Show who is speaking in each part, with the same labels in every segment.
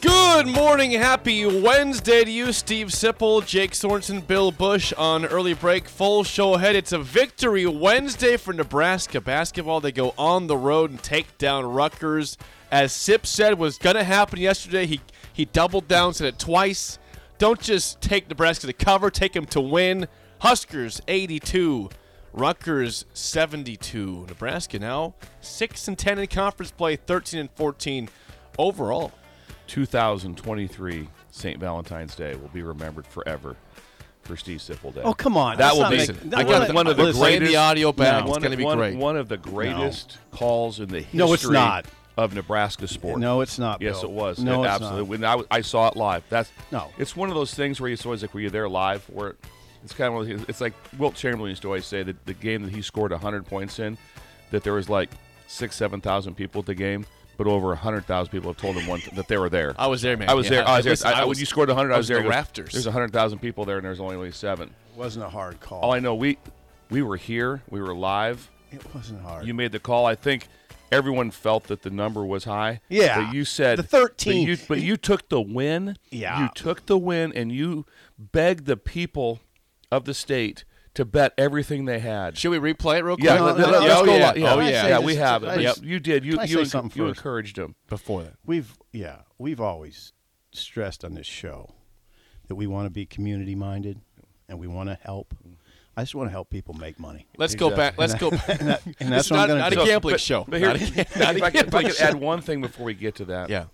Speaker 1: Good morning, happy Wednesday to you, Steve Sipple, Jake Sorensen, Bill Bush on early break. Full show ahead. It's a victory Wednesday for Nebraska basketball. They go on the road and take down Rutgers, as Sip said was going to happen yesterday. He he doubled down, said it twice. Don't just take Nebraska to cover, take them to win. Huskers 82, Rutgers 72. Nebraska now 6 and 10 in conference play, 13 and 14 overall.
Speaker 2: 2023 St. Valentine's Day will be remembered forever for Steve Sipple Day.
Speaker 3: Oh come on!
Speaker 1: That
Speaker 3: let's
Speaker 1: will
Speaker 3: not
Speaker 1: be-
Speaker 3: make-
Speaker 1: I
Speaker 3: not-
Speaker 1: got
Speaker 3: not-
Speaker 1: one of the
Speaker 3: listen,
Speaker 1: greatest- the audio back.
Speaker 2: No,
Speaker 1: It's
Speaker 2: one-
Speaker 1: gonna be
Speaker 2: one-
Speaker 1: great.
Speaker 2: One of the greatest calls in the history
Speaker 3: No, it's not.
Speaker 2: of Nebraska sports.
Speaker 3: No, it's not,
Speaker 2: Yes,
Speaker 3: Bill.
Speaker 2: it was.
Speaker 3: No,
Speaker 2: it
Speaker 3: it's
Speaker 2: absolutely.
Speaker 3: not.
Speaker 2: When I, was- I saw it live. That's
Speaker 3: No.
Speaker 2: It's one of those things where it's always like, were you there live? Where it's kind of one of those- it's like Wilt Chamberlain used to always say that the game that he scored 100 points in, that there was like six, seven thousand people at the game. But over hundred thousand people have told him one that they were there.
Speaker 1: I was there, man.
Speaker 2: I was
Speaker 1: Yeah,
Speaker 2: there.
Speaker 1: I-
Speaker 2: I was there.
Speaker 1: listen,
Speaker 2: I-
Speaker 1: I
Speaker 2: I-
Speaker 1: was-
Speaker 2: when you scored hundred,
Speaker 1: I
Speaker 2: I
Speaker 1: was
Speaker 2: was there.
Speaker 1: in the
Speaker 2: There's-
Speaker 1: rafters.
Speaker 2: There's hundred thousand people there, and there's only like seven.
Speaker 3: wasn't a hard call.
Speaker 2: All I know, we we were here, we were live.
Speaker 3: it wasn't hard.
Speaker 2: You made the call. I think everyone felt that the number was high.
Speaker 3: Yeah.
Speaker 2: but you said
Speaker 3: The 13.
Speaker 2: But you, but you took the win.
Speaker 3: Yeah.
Speaker 2: you took the win, and you begged the people of the state to bet everything they had.
Speaker 1: Should we replay it real quick?
Speaker 2: Yeah,
Speaker 3: No,
Speaker 2: let,
Speaker 3: no,
Speaker 2: let-
Speaker 3: no,
Speaker 2: let's
Speaker 3: no.
Speaker 2: go
Speaker 3: Oh, yeah.
Speaker 2: li- yeah,
Speaker 3: Oh,
Speaker 2: yeah,
Speaker 3: yeah.
Speaker 2: we
Speaker 3: Just-
Speaker 2: have.
Speaker 3: I
Speaker 2: it. Yep,
Speaker 3: just-
Speaker 2: you did. You
Speaker 3: Can I
Speaker 2: you,
Speaker 3: say something
Speaker 2: you
Speaker 3: first?
Speaker 2: encouraged them.
Speaker 1: Before that.
Speaker 3: We've yeah, we've always stressed on this show that we want to be community minded and we want to help. I just want to help people make money.
Speaker 1: Let's go back. Let's go.
Speaker 3: And, that- and
Speaker 1: This
Speaker 3: that's
Speaker 1: is
Speaker 3: what
Speaker 1: not,
Speaker 3: I'm going
Speaker 1: not
Speaker 3: to
Speaker 1: a
Speaker 3: do.
Speaker 1: gambling show.
Speaker 2: But here,
Speaker 1: Not a- not a
Speaker 2: if, I, could- if I
Speaker 1: gambling
Speaker 2: could
Speaker 1: show.
Speaker 2: add one thing before we get to that,
Speaker 1: Yeah.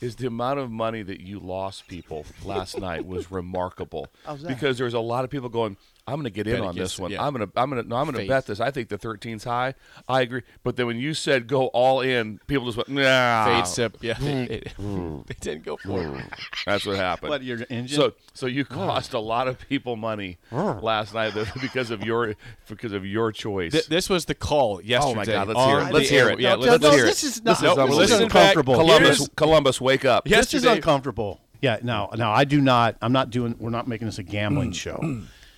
Speaker 2: is the amount of money that you lost people last night was remarkable.
Speaker 3: How's that?
Speaker 2: Because there was a lot of people going, "I'm going to get in
Speaker 1: Bet
Speaker 2: on
Speaker 1: against
Speaker 2: this
Speaker 1: it,
Speaker 2: one.
Speaker 1: yeah.
Speaker 2: I'm going to, I'm going to, no, I'm going to
Speaker 1: Faith.
Speaker 2: bet this. I think the 13's high. I agree." But then when you said go all in, people just went, "Nah."
Speaker 1: Fade sip. Yeah, they, they- they didn't go for it.
Speaker 2: That's what happened.
Speaker 3: What, your engine?
Speaker 2: So, so you
Speaker 3: Oh.
Speaker 2: cost a lot of people money last night because of your because of your choice.
Speaker 1: Th- this was the call yesterday.
Speaker 2: my God, let's
Speaker 1: on
Speaker 2: hear it.
Speaker 1: the
Speaker 2: Let's hear
Speaker 1: air.
Speaker 2: it.
Speaker 1: Yeah,
Speaker 2: No,
Speaker 1: let's,
Speaker 2: no,
Speaker 1: let's hear
Speaker 3: this
Speaker 1: it.
Speaker 3: is not.
Speaker 1: Nope,
Speaker 2: this is
Speaker 3: this is
Speaker 2: unbelievable.
Speaker 3: uncomfortable.
Speaker 2: Columbus,
Speaker 1: Here's-
Speaker 2: Columbus, wake up!
Speaker 1: Yes.
Speaker 3: This is
Speaker 1: yesterday-
Speaker 3: uncomfortable. Yeah. Now, now I do not. I'm not doing. We're not making this a gambling show.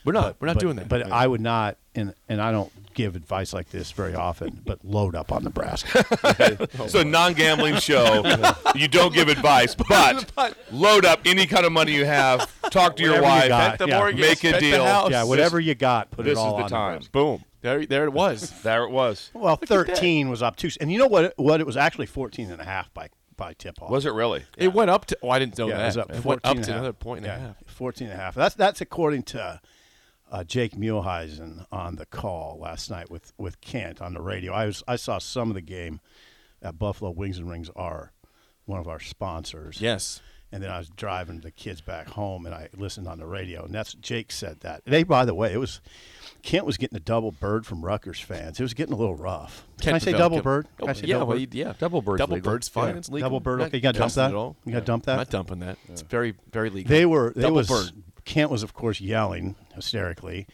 Speaker 1: We're not. We're not
Speaker 3: but,
Speaker 1: doing that.
Speaker 3: But I would not, and and I don't give advice like this very often. but load up on Nebraska.
Speaker 2: It's a non-gambling show. you don't give advice, but load up any kind of money you have. Talk to your
Speaker 3: Whatever you
Speaker 2: wife.
Speaker 3: got, Bet the yeah. mortgage,
Speaker 2: make a
Speaker 1: bet the
Speaker 2: deal.
Speaker 1: house.
Speaker 3: yeah, whatever you got, put it
Speaker 2: This is
Speaker 3: all
Speaker 2: the
Speaker 3: on
Speaker 2: time.
Speaker 3: Nebraska.
Speaker 1: Boom. There, there it was.
Speaker 2: There it was.
Speaker 3: Well, 13 was up two, and you know what? What it was actually 14 and a half by by tip off.
Speaker 2: Was it really?
Speaker 1: It went up to. Oh, I didn't know
Speaker 3: Yeah,
Speaker 1: that.
Speaker 3: it was up
Speaker 1: It
Speaker 3: 14
Speaker 1: went up
Speaker 3: and
Speaker 1: to
Speaker 3: a half.
Speaker 1: another point and
Speaker 3: Yeah,
Speaker 1: a half.
Speaker 3: 14 and a half. That's that's according to uh, Jake Muehlheisen on the call last night with with Kent on the radio. I was I saw some of the game at Buffalo Wings and Rings are one of our sponsors.
Speaker 1: Yes.
Speaker 3: And then I was driving the kids back home, and I listened on the radio, and that's Jake said that. They, by the way, it was Kent was getting a double bird from Rutgers fans. It was getting a little rough. Can I
Speaker 1: Kent
Speaker 3: say
Speaker 1: Favell,
Speaker 3: double
Speaker 1: Kent-
Speaker 3: bird?
Speaker 1: Oh,
Speaker 3: Can I say
Speaker 1: yeah,
Speaker 3: double
Speaker 1: well,
Speaker 3: bird?
Speaker 1: you- yeah.
Speaker 2: Double bird's
Speaker 1: Double
Speaker 2: legal.
Speaker 1: bird's fine.
Speaker 2: Yeah.
Speaker 1: It's legal.
Speaker 3: Double bird,
Speaker 1: Not
Speaker 3: okay, you gotta dump
Speaker 1: dumping
Speaker 3: that?
Speaker 1: it all.
Speaker 3: You gotta dump that?
Speaker 1: I'm not dumping that. It's very, very legal.
Speaker 3: They were. They
Speaker 1: double
Speaker 3: was,
Speaker 1: bird,
Speaker 3: Kent was, of course, yelling hysterically.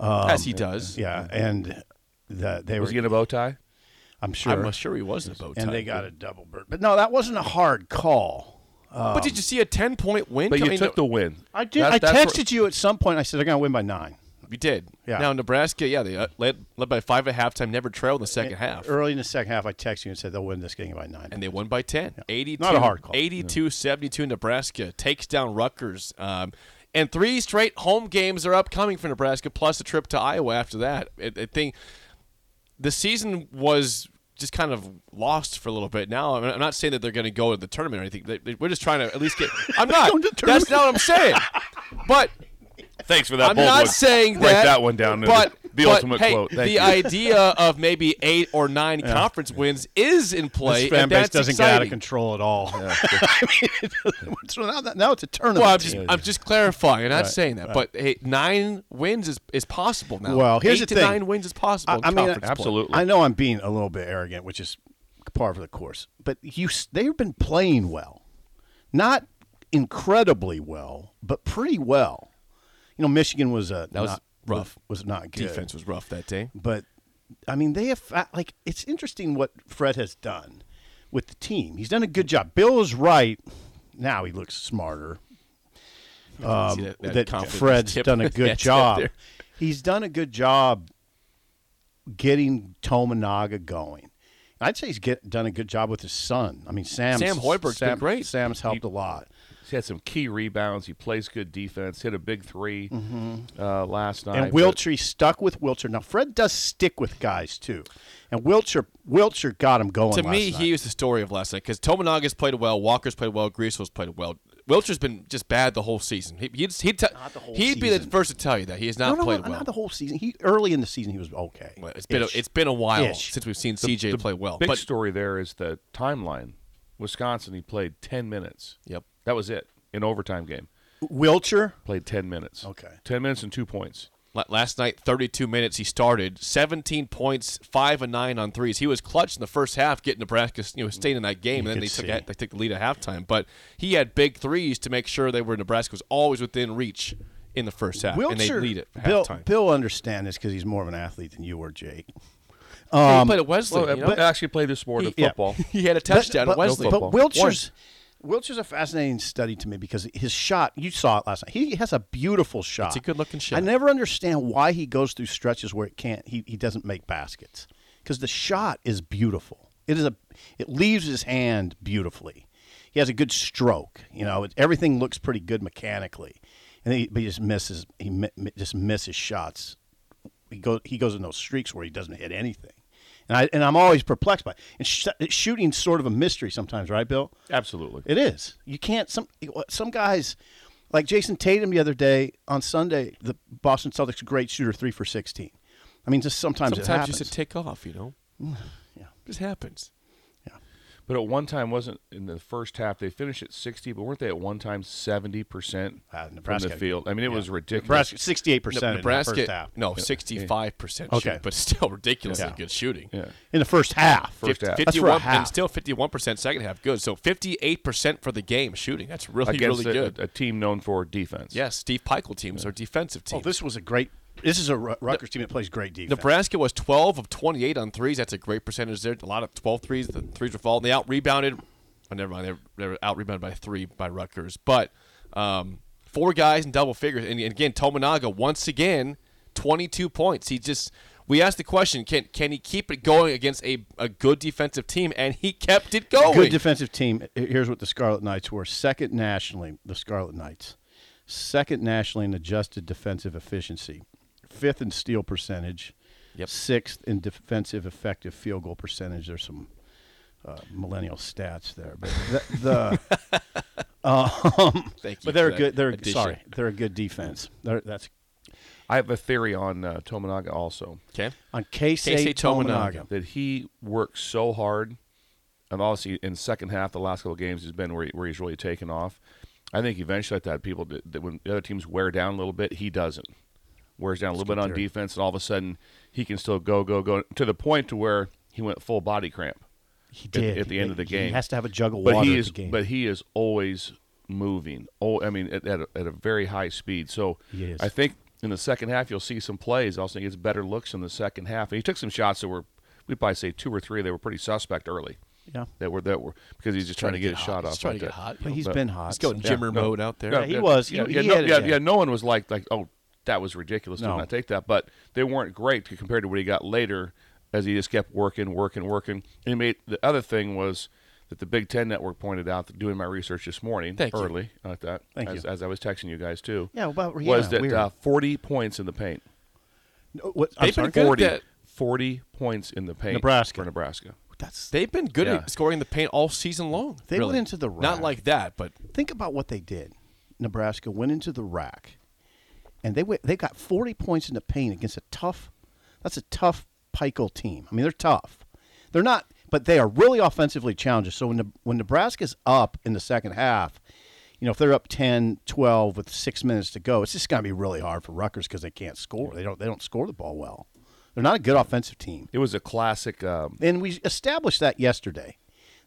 Speaker 1: as he does.
Speaker 3: Yeah, and the, they
Speaker 2: Was
Speaker 3: were.
Speaker 2: he in a bow tie?
Speaker 3: I'm sure.
Speaker 1: I'm sure he was in a bow tie.
Speaker 3: and they got a double bird, but no, that wasn't a hard call.
Speaker 1: But
Speaker 3: Um,
Speaker 1: did you see a ten point win?
Speaker 2: But you
Speaker 1: coming-
Speaker 2: took the win.
Speaker 3: I did.
Speaker 2: That's-
Speaker 3: I
Speaker 2: that's
Speaker 3: texted
Speaker 2: where-
Speaker 3: you at some point. I said they're gonna win by nine.
Speaker 1: You did.
Speaker 3: Yeah.
Speaker 1: Now Nebraska, yeah, they uh, led led by five at halftime, never trailed in the
Speaker 3: Eh,
Speaker 1: second half,
Speaker 3: Early in the second half, I texted you and said they'll win this game by nine.
Speaker 1: and they won by ten. 82,
Speaker 3: Not a hard call.
Speaker 1: 82 72 Nebraska takes down Rutgers. Um, and three straight home games are upcoming for Nebraska, plus a trip to Iowa after that. I, I think the season was just kind of lost for a little bit. Now I'm I'm not saying that they're going to go to the tournament or anything. They- they- We're just trying to at least get. I'm not.
Speaker 3: Going to the
Speaker 1: That's not what I'm saying. But
Speaker 2: Thanks for that.
Speaker 1: I'm
Speaker 2: bold
Speaker 1: not
Speaker 2: one.
Speaker 1: saying
Speaker 2: Write
Speaker 1: that,
Speaker 2: that one down.
Speaker 1: but
Speaker 2: the, the
Speaker 1: but,
Speaker 2: ultimate
Speaker 1: hey,
Speaker 2: quote. Thank
Speaker 1: the
Speaker 2: you.
Speaker 1: idea of maybe eight or nine conference wins is in play.
Speaker 3: This fan
Speaker 1: and
Speaker 3: base
Speaker 1: that's
Speaker 3: doesn't get out of
Speaker 1: exciting.
Speaker 3: control at all. so now, that- now it's a tournament.
Speaker 1: Well, I'm just
Speaker 3: team.
Speaker 1: I'm just clarifying. I'm not saying that, but hey, nine wins is, is possible now.
Speaker 3: Well, here's
Speaker 1: eight
Speaker 3: the
Speaker 1: to
Speaker 3: thing.
Speaker 1: nine wins is possible.
Speaker 3: I,
Speaker 1: in
Speaker 3: I mean,
Speaker 1: conference play.
Speaker 2: Absolutely.
Speaker 3: I know I'm being a little bit arrogant, which is par for the course. But you, s- they've been playing well, not incredibly well, but pretty well. You know, Michigan was a
Speaker 1: That was
Speaker 3: not-
Speaker 1: rough.
Speaker 3: Was not good.
Speaker 1: defense was rough that day.
Speaker 3: but I mean, they have uh, like it's interesting what Fred has done with the team. He's done a good job. Bill is right. Now he looks smarter.
Speaker 1: See that- that
Speaker 3: Um, That,
Speaker 1: confidence
Speaker 3: Fred's
Speaker 1: tip-
Speaker 3: done a
Speaker 1: that
Speaker 3: good
Speaker 1: tip
Speaker 3: job.
Speaker 1: there.
Speaker 3: He's done a good job getting Tomanaga going. I'd say he's get, done a good job with his son. I mean, Sam's,
Speaker 1: Sam Hoiberg's been
Speaker 3: Sam-
Speaker 1: great.
Speaker 3: Sam's helped a lot.
Speaker 2: He had some key rebounds. He plays good defense. Hit a big 3 uh, last night.
Speaker 3: And Wiltshire stuck with Wiltshire. Now Fred does stick with guys too, and Wiltshire Wiltshire got him going.
Speaker 1: To me,
Speaker 3: last night.
Speaker 1: he was the story of last night because Tomanaga's played well, Walker's played well, Griesel's played well. Wilcher's been just bad the whole season. He, he'd he'd, te-
Speaker 3: Not the whole
Speaker 1: he'd be the
Speaker 3: season.
Speaker 1: first to tell you that he has not
Speaker 3: no, no,
Speaker 1: played
Speaker 3: not,
Speaker 1: well.
Speaker 3: Not the whole season. He early in the season he was okay.
Speaker 1: Well, it's been a,
Speaker 3: Ish.
Speaker 1: it's been a while
Speaker 3: Ish.
Speaker 1: since we've seen CJ play well.
Speaker 2: Big
Speaker 1: But
Speaker 2: story there is the timeline. Wisconsin, he played 10 minutes.
Speaker 1: Yep.
Speaker 2: That was it. An overtime game.
Speaker 3: Wiltshire.
Speaker 2: Played 10 minutes.
Speaker 3: Okay.
Speaker 2: 10 minutes and two points.
Speaker 1: la- last night, 32 minutes he started, 17 points, five and nine on threes. He was clutch in the first half, getting Nebraska you know staying in that game, and then
Speaker 3: could
Speaker 1: they took
Speaker 3: see.
Speaker 1: a- they took the lead at halftime. But he had big threes to make sure they were Nebraska was always within reach in the first half, and they
Speaker 3: Wiltshire.
Speaker 1: lead at
Speaker 3: Bill,
Speaker 1: halftime.
Speaker 3: Bill understand this because he's more of an athlete than you or Jake. Um,
Speaker 1: Hey, he played at Wesley.
Speaker 2: Well,
Speaker 1: you know?
Speaker 2: Oh, but actually played the sport of
Speaker 3: Yeah.
Speaker 2: football.
Speaker 1: he had a touchdown
Speaker 3: but,
Speaker 1: at Wesley.
Speaker 3: But Wiltshire's Wiltshire's a fascinating study to me because his shot. You saw it last night. He has a beautiful shot.
Speaker 1: a good-looking shot.
Speaker 3: I never understand why he goes through stretches where it can't. He, he doesn't make baskets because the shot is beautiful. It is a. It leaves his hand beautifully. He has a good stroke. You know, it, everything looks pretty good mechanically, and he, but he just misses. He mi- mi- just misses shots he goes he goes in those streaks where he doesn't hit anything, and I and I'm always perplexed by it. and sh- shooting's sort of a mystery sometimes, right, Bill?
Speaker 2: Absolutely.
Speaker 3: It is. You can't some some guys like Jason Tatum the other day on Sunday, the Boston Celtics great shooter three for sixteen. I mean, just sometimes, it
Speaker 1: Sometimes you
Speaker 3: happens.
Speaker 1: should take off, you know?
Speaker 3: Yeah.
Speaker 1: It just happens.
Speaker 2: But at one time, wasn't in the first half, they finished at 60, but weren't they at one time 70%
Speaker 3: Ah,
Speaker 2: from
Speaker 3: Nebraska-
Speaker 2: the field? I mean, it was ridiculous.
Speaker 3: Nebraska sixty-eight percent
Speaker 1: Nebraska,
Speaker 3: in the first half.
Speaker 1: no, 65%
Speaker 3: Okay.
Speaker 1: shoot, but still ridiculously
Speaker 3: Yeah.
Speaker 1: good shooting.
Speaker 2: Yeah.
Speaker 3: in the first half.
Speaker 2: First
Speaker 1: Fif-
Speaker 2: half.
Speaker 3: That's for
Speaker 1: 51
Speaker 3: a
Speaker 1: and
Speaker 3: half.
Speaker 1: still 51% second half. Good. So 58% for the game shooting. That's really
Speaker 2: Against
Speaker 1: really
Speaker 2: a,
Speaker 1: good.
Speaker 2: a team known for defense.
Speaker 1: yes, Steve Peichel teams are defensive
Speaker 3: Oh,
Speaker 1: teams.
Speaker 3: this was a great. This is a Ru- Rutgers team that plays great defense.
Speaker 1: Nebraska was 12 of 28 on threes. That's a great percentage there. A lot of 12 threes. The threes were falling. They out rebounded. Oh, never mind. They were, they were out rebounded by three by Rutgers. But um, four guys in double figures. And, and again, Tomanaga once again, 22 points. He just. We asked the question: Can can he keep it going against a, a good defensive team? And he kept it
Speaker 2: Oh,
Speaker 1: going.
Speaker 3: Good defensive team. Here's what the Scarlet Knights were second nationally, the Scarlet Knights. Second nationally in adjusted defensive efficiency, fifth in steal percentage,
Speaker 1: Yep.
Speaker 3: sixth in defensive effective field goal percentage. There's some uh, millennial stats there, but the, the
Speaker 1: Thank you
Speaker 3: but
Speaker 1: for
Speaker 3: they're a
Speaker 1: that
Speaker 3: good. They're
Speaker 1: addition.
Speaker 3: sorry, they're a good defense. They're, that's
Speaker 2: I have a theory on uh, Tominaga also.
Speaker 1: Okay.
Speaker 3: on Casey
Speaker 1: Casey Tominaga.
Speaker 3: Tominaga.
Speaker 2: that he works so hard, and obviously in second half the last couple of games he's been where, he, where he's really taken off. I think eventually like that people that, that when the other teams wear down a little bit, he doesn't. Wears down a little bit on defense, and all of a sudden he can still go, go, go to the point to where he went full body cramp.
Speaker 3: He
Speaker 2: at-
Speaker 3: did
Speaker 2: at the end of the
Speaker 3: He
Speaker 2: game.
Speaker 3: has to have a jug of
Speaker 2: but
Speaker 3: water
Speaker 2: he
Speaker 3: at
Speaker 2: is,
Speaker 3: the game.
Speaker 2: but he is always moving. Oh, I mean, at, at, a, at a very high speed. So
Speaker 3: He is.
Speaker 2: I think in the second half you'll see some plays. I also think he gets better looks in the second half, and he took some shots that were we'd probably say two or three that were pretty suspect early.
Speaker 3: yeah,
Speaker 2: That were that were because he's just trying, to get his shot off.
Speaker 1: He's trying
Speaker 2: like
Speaker 1: to get
Speaker 2: that.
Speaker 1: hot.
Speaker 3: but he's
Speaker 2: but-
Speaker 3: been hot.
Speaker 1: He's going
Speaker 2: Yeah,
Speaker 1: Jimmer
Speaker 2: no.
Speaker 1: mode out there.
Speaker 3: Yeah, he was.
Speaker 2: Yeah,
Speaker 3: He-
Speaker 2: yeah,
Speaker 3: he
Speaker 2: no,
Speaker 3: had it,
Speaker 2: yeah,
Speaker 3: yeah.
Speaker 2: yeah, no one was like like oh that was ridiculous.
Speaker 3: No.
Speaker 2: No. I take that, but they weren't great compared to what he got later as he just kept working, working, working. And he made the other thing was that the Big Ten Network pointed out that doing my research this morning
Speaker 1: Thank you.
Speaker 2: early I thought,
Speaker 3: Thank
Speaker 2: as,
Speaker 3: you.
Speaker 2: as I was texting you guys too.
Speaker 3: Yeah, about Rihanna,
Speaker 2: was that
Speaker 3: weird.
Speaker 2: uh, forty points in the paint?
Speaker 3: No, what- I'm
Speaker 1: They've been
Speaker 3: sorry?
Speaker 1: good at
Speaker 2: 40,
Speaker 1: that.
Speaker 2: 40 points in the paint
Speaker 3: Nebraska.
Speaker 2: for Nebraska.
Speaker 3: That's
Speaker 1: They've been good
Speaker 2: Yeah.
Speaker 1: at scoring the paint all season long.
Speaker 3: They
Speaker 1: really.
Speaker 3: went into the
Speaker 1: Not
Speaker 3: rack.
Speaker 1: like that, but
Speaker 3: think about what they did. Nebraska went into the rack, and they went, they got 40 points in the paint against a tough That's a tough Pikel team. I mean, they're tough. They're not, but they are really offensively challenged. So when the, when Nebraska's up in the second half, you know, if they're up 10, 12 with six minutes to go, it's just going to be really hard for Rutgers because they can't score. They don't they don't score the ball well. They're not a good offensive team.
Speaker 2: It was a classic. Um,
Speaker 3: And we established that yesterday.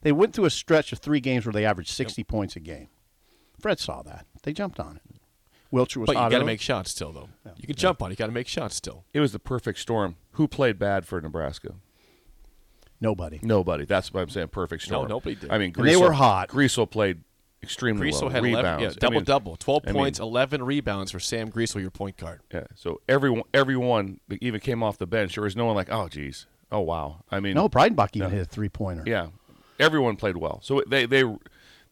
Speaker 3: They went through a stretch of three games where they averaged 60 points a game. Fred saw that. They jumped on it. Wilcher was
Speaker 1: But you
Speaker 3: hot
Speaker 1: got to
Speaker 3: early.
Speaker 1: make shots still, though. You can jump on. it. You got to make shots still.
Speaker 2: it was the perfect storm. Who played bad for Nebraska?
Speaker 3: nobody.
Speaker 2: Nobody. That's what I'm saying. Perfect storm.
Speaker 1: nobody did.
Speaker 2: I mean,
Speaker 3: And they
Speaker 2: Greasel-
Speaker 3: were hot.
Speaker 2: Greasel played extremely
Speaker 1: Greasel
Speaker 2: well.
Speaker 1: had
Speaker 2: rebounds.
Speaker 1: 11, yeah,
Speaker 2: I
Speaker 1: double
Speaker 2: mean,
Speaker 1: double, twelve
Speaker 2: I mean,
Speaker 1: points, eleven rebounds for Sam Greasel, your point guard.
Speaker 2: Yeah. So everyone, everyone that even came off the bench, there was no one like, oh, geez, oh, wow. I mean,
Speaker 3: No, Breidenbach even hit a three pointer.
Speaker 2: Yeah, everyone played well. So they they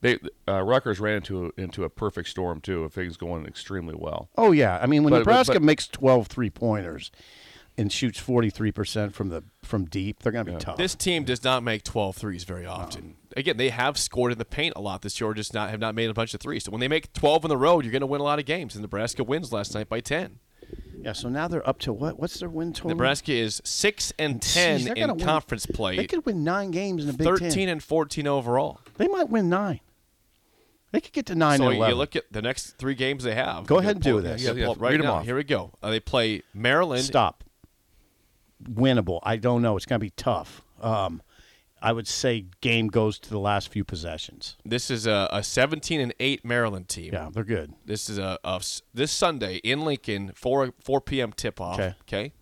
Speaker 2: they uh, Rutgers ran into into a perfect storm too. If things going extremely well,
Speaker 3: Oh yeah, I mean when
Speaker 2: But- but-
Speaker 3: Nebraska
Speaker 2: but-
Speaker 3: makes 12 three pointers and shoots 43 percent from the from deep, they're going to be tough.
Speaker 1: This team does not make 12 threes very often.
Speaker 3: Um,
Speaker 1: Again, they have scored in the paint a lot this year, or just not have not made a bunch of threes. So when they make 12 on the road, you're going to win a lot of games. And Nebraska wins last night by 10.
Speaker 3: yeah, so now they're up to what? What's their win total?
Speaker 1: Nebraska is six and
Speaker 3: Jeez,
Speaker 1: 10
Speaker 3: they're
Speaker 1: in
Speaker 3: gonna win-
Speaker 1: conference play,
Speaker 3: They could win nine games in the Big
Speaker 1: 13
Speaker 3: Ten.
Speaker 1: and 14 overall.
Speaker 3: They might win nine. They could get to nine
Speaker 1: so
Speaker 3: and 11.
Speaker 1: you look at the next three games they have.
Speaker 3: Go ahead and
Speaker 1: Pull-
Speaker 3: do this.
Speaker 1: yeah,
Speaker 2: Yeah, yeah,
Speaker 1: pull up right
Speaker 2: read 'em
Speaker 1: now.
Speaker 2: off.
Speaker 1: Here we go. Uh, they play Maryland.
Speaker 3: Stop. Winnable. I don't know. It's going to be tough. Um, I would say game goes to the last few possessions.
Speaker 1: This is a, a 17 and 8 Maryland team.
Speaker 3: Yeah, they're good.
Speaker 1: This is a, a s- this Sunday in Lincoln, 4 4 p.m. tip off.
Speaker 3: Okay.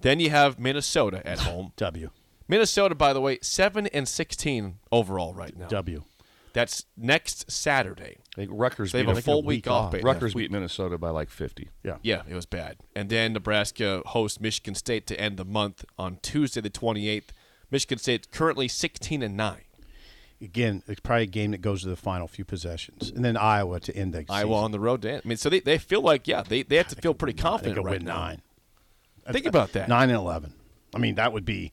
Speaker 1: Then you have Minnesota at home.
Speaker 3: W.
Speaker 1: Minnesota, by the way, seven and sixteen overall right now.
Speaker 3: W.
Speaker 1: That's next Saturday.
Speaker 2: I think Rutgers
Speaker 1: They have
Speaker 2: beat
Speaker 1: a
Speaker 2: them-
Speaker 1: full week, off. ba-
Speaker 2: Rutgers beat Minnesota by like fifty.
Speaker 3: Yeah.
Speaker 1: Yeah, it was bad. And then Nebraska hosts Michigan State to end the month on Tuesday the twenty eighth. Michigan State currently sixteen and nine.
Speaker 3: Again, it's probably a game that goes to the final few possessions. And then Iowa to end the
Speaker 1: Iowa on the road to end. I mean, so they, they feel like yeah they, they have to feel pretty
Speaker 3: season. They
Speaker 1: confident
Speaker 3: could
Speaker 1: right
Speaker 3: win
Speaker 1: now.
Speaker 3: nine.
Speaker 1: Think about that.
Speaker 3: Nine and 11. I mean, that would be,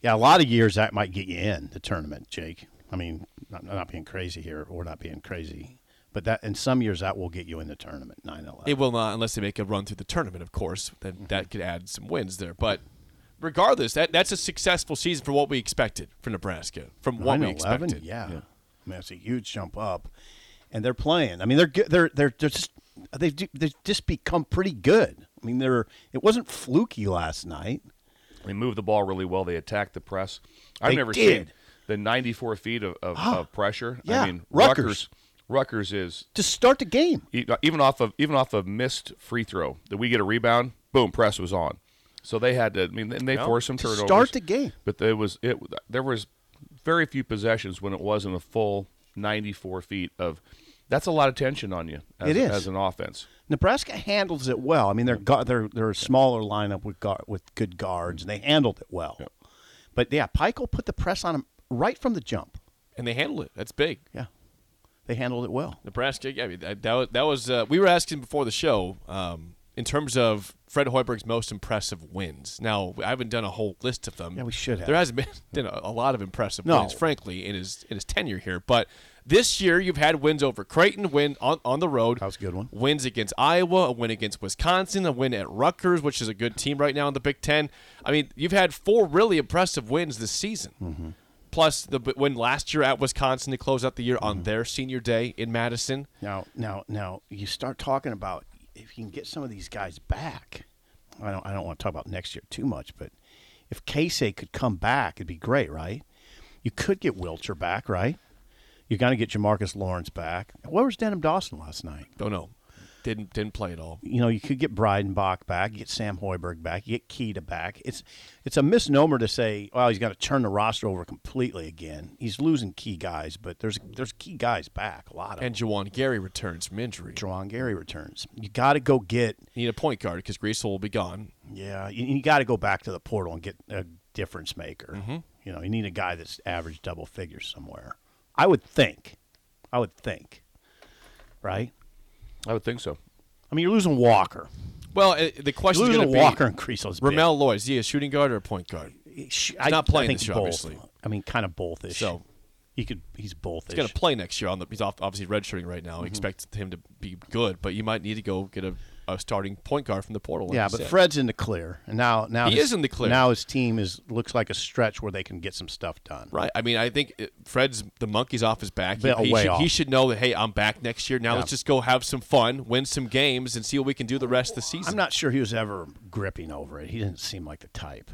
Speaker 3: yeah, a lot of years that might get you in the tournament, Jake. I mean, not, not being crazy here or not being crazy, but that in some years that will get you in the tournament, 9 and 11.
Speaker 1: It will not unless they make a run through the tournament, of course. Then
Speaker 3: Mm-hmm.
Speaker 1: that could add some wins there. But regardless, that that's a successful season for what we expected for Nebraska. From what we
Speaker 3: 9, 11?
Speaker 1: expected.
Speaker 3: Yeah. I mean, that's a huge jump up, and they're playing. I mean, they're good. They're they're they're just they do they just become pretty good. I mean, they're it wasn't fluky last night.
Speaker 2: They moved the ball really well. They attacked the press. I've
Speaker 3: They
Speaker 2: never
Speaker 3: did. Ah.
Speaker 2: seen the ninety-four feet of, of, of pressure.
Speaker 3: yeah,
Speaker 2: I mean,
Speaker 3: Rutgers.
Speaker 2: Rutgers. Rutgers is
Speaker 3: To start the game,
Speaker 2: e- even off of even off of missed free throw that we get a rebound. Boom, press was on. So they had to. I mean, and they forced some
Speaker 3: to
Speaker 2: turnovers.
Speaker 3: start the game.
Speaker 2: But there was it. There was very few possessions when it wasn't a full 94 feet of. That's a lot of tension on you. As,
Speaker 3: It is.
Speaker 2: as an offense.
Speaker 3: Nebraska handles it well. I mean, they're gu- they're they're a smaller lineup with guard, with good guards, and they handled it well. But yeah, Pikel put the press on them right from the jump.
Speaker 1: And they handled it. That's big.
Speaker 3: Yeah, they handled it well.
Speaker 1: Nebraska. Yeah, I mean, that, that was, that was uh, we were asking before the show um, in terms of Fred Hoiberg's most impressive wins. Now I haven't done a whole list of them.
Speaker 3: Yeah, we should have.
Speaker 1: There hasn't been, been a, a lot of impressive
Speaker 3: No.
Speaker 1: wins, frankly, in his in his tenure here. But this year, you've had wins over Creighton, win on, on the road.
Speaker 3: That was a good one.
Speaker 1: Wins against Iowa, a win against Wisconsin, a win at Rutgers, which is a good team right now in the Big Ten. I mean, you've had four really impressive wins this season
Speaker 3: Mm-hmm.
Speaker 1: plus the b- win last year at Wisconsin to close out the year
Speaker 3: Mm-hmm.
Speaker 1: on their senior day in Madison.
Speaker 3: Now, now, now, you start talking about if you can get some of these guys back. I don't, I don't want to talk about next year too much, but if Casey could come back, it'd be great, right? You could get Wilcher back, right? You're going to get Jamarcus Lawrence back. Where was Denham Dawson last night?
Speaker 1: Don't know. Oh, Didn't didn't play at all.
Speaker 3: You know, you could get Breidenbach back, you get Sam Hoiberg back, you get Keita back. It's, it's a misnomer to say, well, he's going to turn the roster over completely again. He's losing key guys, but there's, there's key guys back, a lot of
Speaker 1: And Jawan Gary returns from injury.
Speaker 3: Jawan Gary returns. You got to go get
Speaker 1: Need a point guard because Greasel will be gone.
Speaker 3: Yeah, you, you got to go back to the portal and get a difference maker.
Speaker 1: Mm-hmm.
Speaker 3: You know, you need a guy that's average double figures somewhere. I would think. I would think. Right?
Speaker 2: I would think so.
Speaker 3: I mean, you're losing Walker.
Speaker 1: Well, uh, the question
Speaker 3: You're
Speaker 1: is going to
Speaker 3: losing
Speaker 1: be
Speaker 3: Walker and Creasel. is big.
Speaker 1: Ramel Lloyd. Is he a shooting guard or a point guard?
Speaker 3: Sh- I,
Speaker 1: not playing
Speaker 3: I think
Speaker 1: this year,
Speaker 3: both.
Speaker 1: obviously.
Speaker 3: I mean, kind of both-ish.
Speaker 1: So-
Speaker 3: he could. He's both.
Speaker 1: He's going
Speaker 3: Mm-hmm.
Speaker 1: to play next year. On the he's off, obviously redshirting right now. We Expect him to be good, but you might need to go get a a starting point guard from the portal. like
Speaker 3: Yeah,
Speaker 1: you
Speaker 3: but
Speaker 1: said.
Speaker 3: Fred's in the clear, and now now
Speaker 1: He
Speaker 3: his-
Speaker 1: is in the clear.
Speaker 3: Now his team is looks like a stretch where they can get some stuff done.
Speaker 1: Right. I mean, I think uh, Fred's the monkey's off his back. He,
Speaker 3: Yeah,
Speaker 1: he
Speaker 3: way
Speaker 1: should, he
Speaker 3: off.
Speaker 1: should know that. Hey, I'm back next year. Now
Speaker 3: Yeah.
Speaker 1: let's just go have some fun, win some games, and see what we can do the rest of the season.
Speaker 3: I'm not sure he was ever gripping over it. He didn't seem like the type,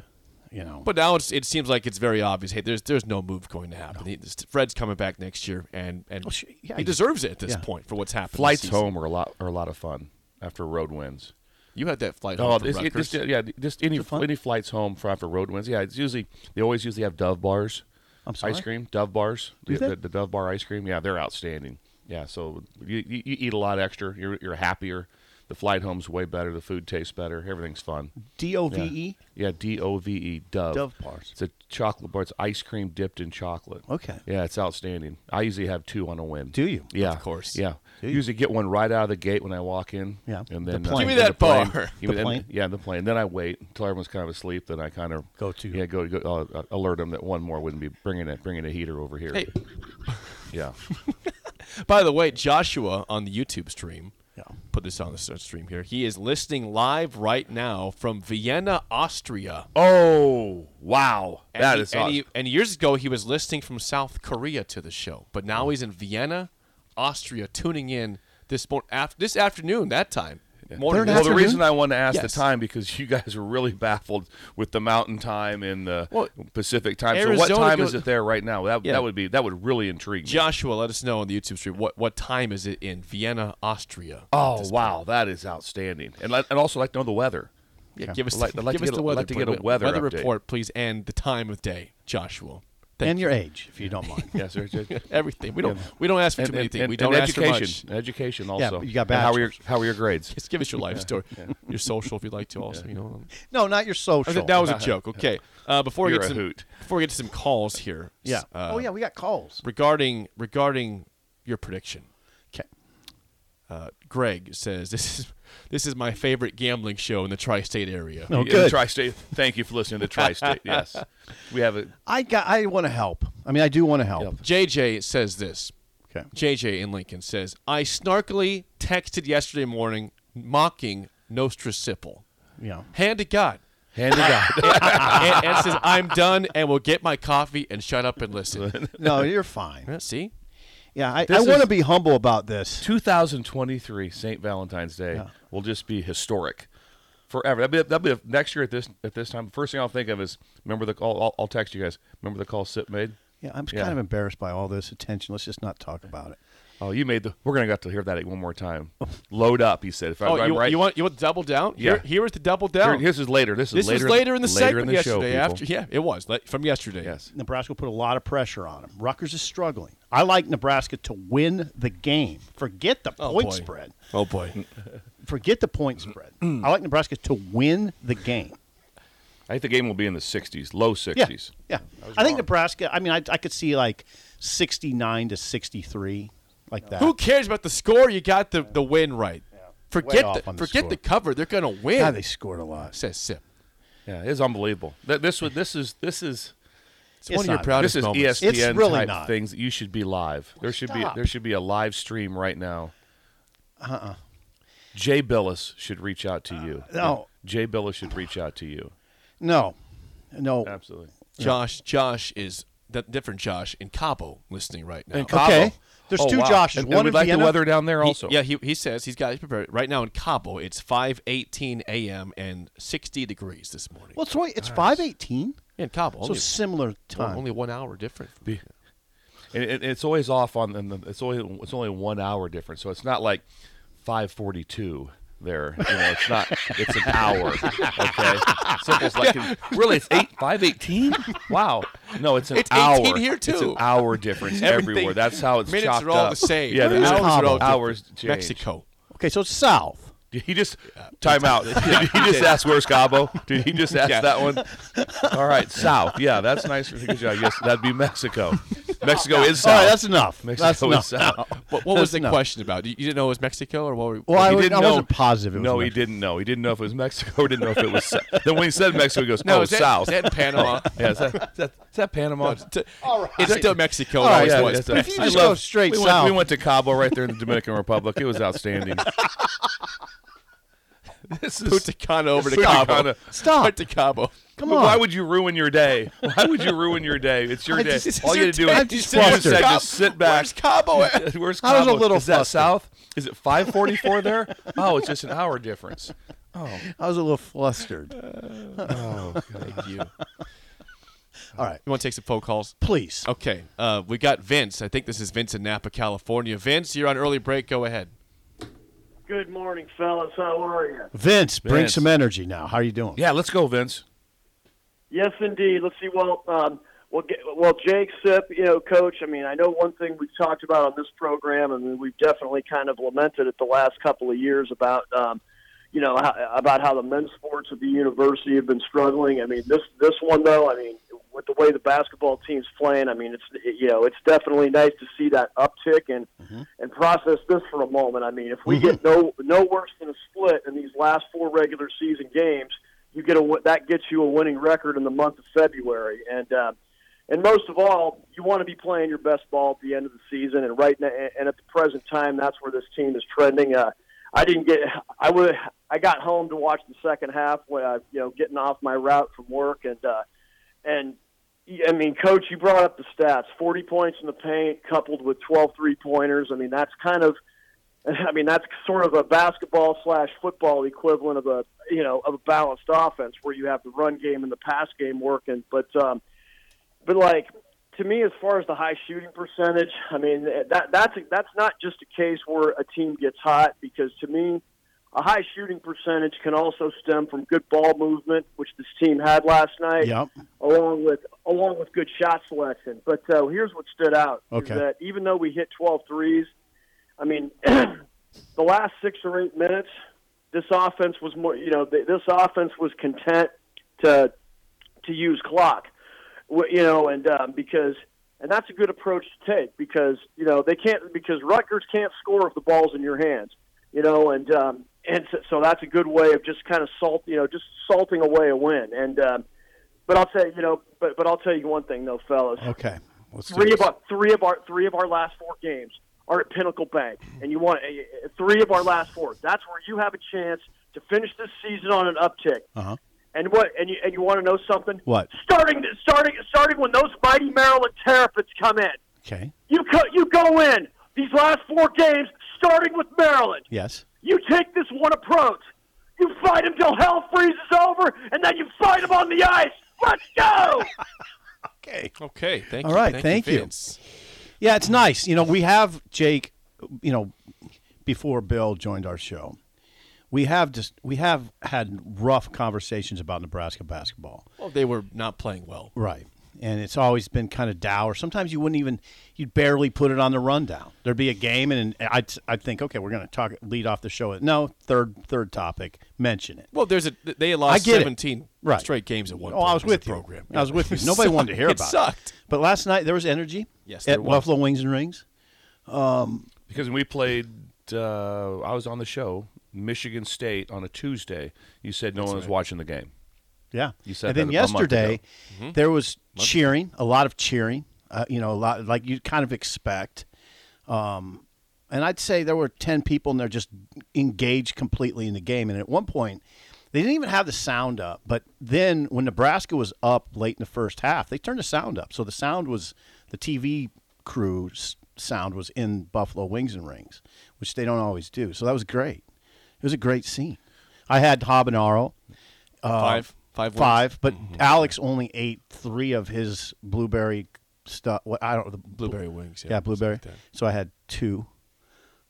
Speaker 3: you know.
Speaker 1: But now it's, it seems like it's very obvious. Hey, there's there's no move going to happen. He- this- Fred's coming back next year, and and
Speaker 3: Well, she- Oh, yeah,
Speaker 1: he
Speaker 3: he-
Speaker 1: deserves it at this
Speaker 3: yeah.
Speaker 1: point for what's happened. this
Speaker 2: Flights
Speaker 1: season.
Speaker 2: home are a lot are a lot of fun after road wins.
Speaker 1: You had that flight home.
Speaker 2: Oh,
Speaker 1: from
Speaker 2: it's, it,
Speaker 1: Rutgers.
Speaker 2: just, yeah, just any any flights home for after road wins. Yeah, it's usually they always usually have Dove bars,
Speaker 3: I'm sorry?
Speaker 2: ice cream, Dove bars, the,
Speaker 3: they?
Speaker 2: the, the Dove bar ice cream. Yeah, they're outstanding. Yeah, so you, you, you eat a lot extra. You're you're happier. The flight home's way better. The food tastes better. Everything's fun.
Speaker 3: D O V
Speaker 2: Yeah.
Speaker 3: E.
Speaker 2: Yeah, D O V E Dove.
Speaker 3: Dove bars.
Speaker 2: It's a chocolate bar. It's ice cream dipped in chocolate.
Speaker 3: Okay.
Speaker 2: Yeah, it's outstanding. I usually have two on a win.
Speaker 3: Do you?
Speaker 2: Yeah,
Speaker 1: Of course.
Speaker 2: Yeah, usually get one right out of the gate when I walk in.
Speaker 3: Yeah.
Speaker 2: and
Speaker 3: The
Speaker 2: then
Speaker 3: plane.
Speaker 1: Give me
Speaker 2: then
Speaker 1: that
Speaker 2: the plane.
Speaker 1: bar.
Speaker 2: Give me-
Speaker 3: The
Speaker 2: and-
Speaker 3: plane.
Speaker 2: Yeah, the plane. Then I wait until everyone's kind of asleep. Then I kind of
Speaker 3: Go to.
Speaker 2: Yeah, go go uh, uh, alert them that one more wouldn't be bringing a bringing a heater over here.
Speaker 1: Hey.
Speaker 2: Yeah,
Speaker 1: By the way, Joshua on the YouTube stream.
Speaker 3: Yeah.
Speaker 1: Put this on the s- stream here. He is listening live right now from Vienna, Austria.
Speaker 2: Oh wow,
Speaker 1: And
Speaker 2: that
Speaker 1: he-
Speaker 2: is
Speaker 1: and,
Speaker 2: awesome.
Speaker 1: he- and years ago, he was listening from South Korea to the show, but now he's in Vienna, Austria, tuning in this morning, af- this afternoon, that time. Morning.
Speaker 2: well, the reason I wanted to ask
Speaker 1: Yes.
Speaker 2: the time because you guys were really baffled with the Mountain Time and the
Speaker 1: Well,
Speaker 2: Pacific Time. so
Speaker 1: Arizona
Speaker 2: what time
Speaker 1: go-
Speaker 2: is it there right now? That,
Speaker 1: Yeah.
Speaker 2: that would be that would really intrigue me.
Speaker 1: Joshua, let us know on the YouTube stream what, what time is it in Vienna, Austria?
Speaker 2: Oh wow, that is outstanding. And li- and also like to know the weather.
Speaker 1: yeah, give us,
Speaker 2: I'd like- I'd like
Speaker 1: give
Speaker 2: to
Speaker 1: us
Speaker 2: get
Speaker 1: the
Speaker 2: a- I'd
Speaker 1: weather,
Speaker 2: like to get a
Speaker 1: report-
Speaker 2: weather update.
Speaker 1: report, please, and the time of day, Joshua. Thank
Speaker 3: and your age, if you don't mind.
Speaker 2: Yes, sir. Just-
Speaker 1: you. everything. We don't we don't ask for too
Speaker 2: and,
Speaker 1: many
Speaker 2: and,
Speaker 1: things.
Speaker 2: and,
Speaker 1: we don't
Speaker 2: and
Speaker 1: ask for much.
Speaker 2: education. Education also.
Speaker 3: but you got
Speaker 2: And how are your how are your grades?
Speaker 1: Just give us your life story, your social if you'd like to. Also, you know.
Speaker 3: no, not your
Speaker 1: I
Speaker 3: social.
Speaker 1: said that was a joke. Okay. Uh, before we
Speaker 2: You're
Speaker 1: get
Speaker 2: a
Speaker 1: some,
Speaker 2: hoot.
Speaker 1: before we get to some calls here.
Speaker 3: yeah.
Speaker 1: s- uh,
Speaker 3: oh yeah, we got calls.
Speaker 1: Regarding regarding your prediction,
Speaker 3: Okay.
Speaker 1: uh, Greg says this is this is my favorite gambling show in the tri-state area.
Speaker 3: No,
Speaker 2: Yeah,
Speaker 3: good.
Speaker 2: Tri-state. Thank you for listening to Tri-State. yes, we have a
Speaker 3: I got. I want to help. I mean, I do want to help.
Speaker 1: JJ says this.
Speaker 3: Okay.
Speaker 1: JJ in Lincoln says I snarkily texted yesterday morning mocking Nostra Sipple.
Speaker 3: Yeah.
Speaker 1: Hand to God.
Speaker 2: hand to God.
Speaker 1: and, and says I'm done and will get my coffee and shut up and listen.
Speaker 3: No, you're fine.
Speaker 1: Yeah, See,
Speaker 3: Yeah, I, I
Speaker 2: This
Speaker 3: want to
Speaker 2: is-
Speaker 3: be humble about this.
Speaker 2: 2023 St. Valentine's Day will just be historic forever. That'll be, that'll be next year at this at this time. First thing I'll think of is remember the call. I'll, I'll text you guys. Remember the call Sip made.
Speaker 3: Yeah, I'm
Speaker 2: Yeah.
Speaker 3: kind of embarrassed by all this attention. Let's just not talk about it.
Speaker 2: Oh, you made the. We're gonna have to hear that one more time. Load up, he said. If
Speaker 1: oh,
Speaker 2: I, am
Speaker 1: you,
Speaker 2: right,
Speaker 1: you want you want the double down?
Speaker 2: Yeah.
Speaker 1: Here, here is the double
Speaker 2: Here-
Speaker 1: down.
Speaker 2: this is later. This is
Speaker 1: This
Speaker 2: later.
Speaker 1: was later in the segment
Speaker 2: in the show,
Speaker 1: yesterday.
Speaker 2: people.
Speaker 1: after, yeah, it was le- from yesterday.
Speaker 2: yes,
Speaker 3: Nebraska put a lot of pressure on him. Rutgers is struggling. I like Nebraska to win the game. Forget the
Speaker 1: Oh,
Speaker 3: point
Speaker 1: boy.
Speaker 3: spread.
Speaker 1: Oh boy.
Speaker 3: Forget the point spread. I like Nebraska to win the game.
Speaker 2: I think the game will be in the 60s, low 60s.
Speaker 3: Yeah, yeah. I, think Nebraska. I mean, I, I could see like sixty-nine to sixty-three, like that.
Speaker 1: Who cares about the score? You got the, the win right. Forget
Speaker 3: off
Speaker 1: the,
Speaker 3: on the
Speaker 1: forget
Speaker 3: score.
Speaker 1: the cover. They're gonna win.
Speaker 3: God, they scored a lot.
Speaker 1: says Sip.
Speaker 2: Yeah, it's unbelievable. Th- This was this is this is
Speaker 1: It's, one of your
Speaker 3: not.
Speaker 1: proudest
Speaker 2: this is E
Speaker 1: moments.
Speaker 2: ESPN
Speaker 3: It's really
Speaker 2: type
Speaker 3: not.
Speaker 2: things. You should be live. There should be
Speaker 3: Stop.
Speaker 2: there should be a live stream right now. Uh-uh. Jay Billis should reach out to you.
Speaker 3: Uh, no.
Speaker 2: Jay Billis should reach out to you.
Speaker 3: No, no.
Speaker 2: Absolutely.
Speaker 1: Josh. Josh is that different Josh in Cabo listening right now.
Speaker 2: Cabo.
Speaker 3: Okay. There's two Joshes.
Speaker 2: Oh, And,
Speaker 3: One
Speaker 2: and we'd
Speaker 3: in
Speaker 2: like
Speaker 3: Vienna.
Speaker 2: the weather down there
Speaker 1: He-
Speaker 2: also.
Speaker 1: yeah, he, he says he's got it prepared right now in Cabo. It's five eighteen a.m. and sixty degrees this morning.
Speaker 3: Well, it's only- it's five eighteen,
Speaker 1: in Cabo,
Speaker 3: so
Speaker 1: only,
Speaker 3: similar time.
Speaker 1: only one hour different.
Speaker 2: Be- and, and it's always off on and the- it's only it's only one hour difference, so it's not like five forty two there. You know, it's not it's an hour. Okay, simple as like really it's eight five eighteen. Wow, no, it's an
Speaker 1: It's 18
Speaker 2: hour
Speaker 1: here,
Speaker 2: It's
Speaker 1: too.
Speaker 2: an hour difference
Speaker 1: Everything-
Speaker 2: everywhere. That's how it's
Speaker 1: minutes
Speaker 2: chopped
Speaker 1: are all
Speaker 2: up.
Speaker 1: the same.
Speaker 2: Yeah,
Speaker 3: Where
Speaker 2: the
Speaker 3: is
Speaker 2: hours,
Speaker 3: Cabo?
Speaker 2: are all hours change.
Speaker 1: Mexico.
Speaker 3: okay, so it's south.
Speaker 2: He just time out. Did he just ask where's Cabo? Did he just ask that one? All right, South. Yeah, that's nice. Good job. Yes, that'd be Mexico. Mexico is
Speaker 1: Oh,
Speaker 3: All
Speaker 2: South.
Speaker 3: right, that's enough.
Speaker 2: Mexico
Speaker 3: that's
Speaker 2: is
Speaker 3: enough.
Speaker 2: South.
Speaker 1: What, what was the
Speaker 3: No.
Speaker 1: question about? You you didn't know it was Mexico or what? Were,
Speaker 3: Well, I,
Speaker 2: He
Speaker 3: was,
Speaker 2: didn't
Speaker 3: I
Speaker 2: know-
Speaker 3: wasn't positive. It was
Speaker 2: no, he
Speaker 3: Mexico.
Speaker 2: didn't know. He didn't know if it was Mexico. or Didn't know if it was. South. then when he said Mexico, he goes,
Speaker 1: no,
Speaker 2: "Oh,
Speaker 1: is that,
Speaker 2: South."
Speaker 1: Is that in Panama?
Speaker 2: yeah, "Oh, is that, is that, is that Panama?
Speaker 1: T- It's still Mexico.
Speaker 3: All
Speaker 1: it
Speaker 3: right,
Speaker 1: always
Speaker 3: Oh, yeah,
Speaker 1: was.
Speaker 2: that's
Speaker 3: But
Speaker 2: a-
Speaker 3: if you
Speaker 2: I
Speaker 3: just go straight
Speaker 2: we went,
Speaker 3: south.
Speaker 2: we went to Cabo right there in the Dominican Republic. It was outstanding. This is
Speaker 1: Punta Cana over to
Speaker 2: Punta
Speaker 1: Cabo.
Speaker 2: Cana.
Speaker 3: Stop.
Speaker 1: Right to Cabo.
Speaker 3: Come
Speaker 2: But
Speaker 3: on.
Speaker 2: Why would you ruin your day? Why would you ruin your day? It's your
Speaker 3: I
Speaker 2: day.
Speaker 3: just- it's
Speaker 2: All you
Speaker 3: your
Speaker 2: had to do
Speaker 3: day.
Speaker 2: is
Speaker 3: I'm just
Speaker 2: you just, said,
Speaker 3: flustered.
Speaker 2: just sit back.
Speaker 1: Where's Cabo at?
Speaker 2: Where's
Speaker 3: I was a
Speaker 2: Cabo?
Speaker 3: little
Speaker 2: Is that
Speaker 3: flustered.
Speaker 2: south? Is it 544 there? Oh, it's just an hour difference.
Speaker 3: I was a little flustered.
Speaker 2: Thank you.
Speaker 3: All right,
Speaker 1: You want to take some phone calls?
Speaker 3: please.
Speaker 1: Okay. Uh, we got Vince. I think this is Vince in Napa, California. Vince, you're on early break. Go ahead.
Speaker 4: Good morning, fellas. How are you?
Speaker 3: Vince, bring
Speaker 2: Vince.
Speaker 3: some energy now. How are you doing?
Speaker 2: Yeah, let's go, Vince.
Speaker 4: Yes, indeed. Let's see. Well, um, well, Ga- well, Jake Sip, you know, Coach. I mean, I know one thing we've talked about on this program, and we've definitely kind of lamented it the last couple of years about, um, you know, how, about how the men's sports at the university have been struggling. I mean, this this one though. I mean, with the way the basketball team's playing, I mean, it's it- you know, it's definitely nice to see that uptick and and process this for a moment. I mean, if we get no no worse than a split in these last four regular season games you get a wi- that gets you a winning record in the month of February, and uh, and most of all, you want to be playing your best ball at the end of the season. And right now, and at the present time, that's where this team is trending. Uh, I didn't get I would I got home to watch the second half when I you know getting off my route from work and uh, and I mean, coach, you brought up the stats: forty points in the paint, coupled with 12 three pointers. I mean, that's kind of I mean, that's sort of a basketball slash football equivalent of a you know of a balanced offense where you have the run game and the pass game working. But um, but like to me, as far as the high shooting percentage, I mean that that's that's not just a case where a team gets hot because to me, a high shooting percentage can also stem from good ball movement, which this team had last night
Speaker 3: Yep.
Speaker 4: along with along with good shot selection. But uh, here's what stood out:
Speaker 3: Okay.
Speaker 4: is that even though we hit 12 threes, I mean, the last six or eight minutes, this offense was more. You know, th- this offense was content to to use clock. W- You know, and um, because and that's a good approach to take because you know they can't because Rutgers can't score if the ball's in your hands. You know, and um, and so, so that's a good way of just kind of salt. You know, just salting away a win. And um, but I'll tell you, you know, but but I'll tell you one thing though, fellas.
Speaker 3: Okay. Let's do
Speaker 4: Three
Speaker 3: this.
Speaker 4: of our three of our three of our last four games are at Pinnacle Bank, and you want uh, three of our last four. That's where you have a chance to finish this season on an uptick.
Speaker 3: Uh-huh.
Speaker 4: And what? And you and you want to know something?
Speaker 3: What?
Speaker 4: Starting starting starting when those mighty Maryland Terrapins come in,
Speaker 3: Okay.
Speaker 4: you co- you go in these last four games starting with Maryland.
Speaker 3: Yes.
Speaker 4: You take this one approach. You fight him till hell freezes over, and then you fight him on the ice. Let's go!
Speaker 3: Okay.
Speaker 1: Okay. Thank
Speaker 3: All
Speaker 1: you.
Speaker 3: right, thank you.
Speaker 1: Vince.
Speaker 3: Yeah, it's nice. You know, we have Jake. You know, before Bill joined our show, we have just we have had rough conversations about Nebraska basketball.
Speaker 1: Well, they were not playing well.
Speaker 3: Right. And it's always been kind of dour. Sometimes you wouldn't even, you'd barely put it on the rundown. There'd be a game, and and I'd, I'd think, okay, we're going to talk, lead off the show. with- No, third, third topic, mention it.
Speaker 1: Well, there's a they lost
Speaker 3: I get it.
Speaker 1: 17
Speaker 3: Right.
Speaker 1: straight games at one.
Speaker 3: Oh, I
Speaker 1: point
Speaker 3: was
Speaker 1: as a
Speaker 3: with you.
Speaker 1: program.
Speaker 3: I was with you.
Speaker 1: It
Speaker 3: Nobody wanted to
Speaker 1: sucked.
Speaker 3: hear
Speaker 1: It
Speaker 3: about it.
Speaker 1: sucked.
Speaker 3: But last night there was energy.
Speaker 1: Yes,
Speaker 3: at
Speaker 1: there was.
Speaker 3: Buffalo Wings and Rings.
Speaker 2: Because when we played, uh, I was on the show, Michigan State on a Tuesday. You said no one was watching the game.
Speaker 3: Yeah.
Speaker 2: You said
Speaker 3: and then
Speaker 2: that a month Mm-hmm.
Speaker 3: yesterday, there was cheering, a lot of cheering, uh, you know, a lot like you kind of expect. Um, and I'd say there were 10 people in there just engaged completely in the game. And at one point, they didn't even have the sound up. But then when Nebraska was up late in the first half, they turned the sound up. So the sound was the TV crew's sound was in Buffalo Wings and Rings, which they don't always do. So that was great. It was a great scene. I had Habanero
Speaker 1: Five, five, Mm-hmm. wins.
Speaker 3: Um, five, but Alex only ate three of his blueberry stuff. What I don't the
Speaker 1: blueberry wings.
Speaker 3: yeah, blueberry.
Speaker 1: something like
Speaker 3: so I had two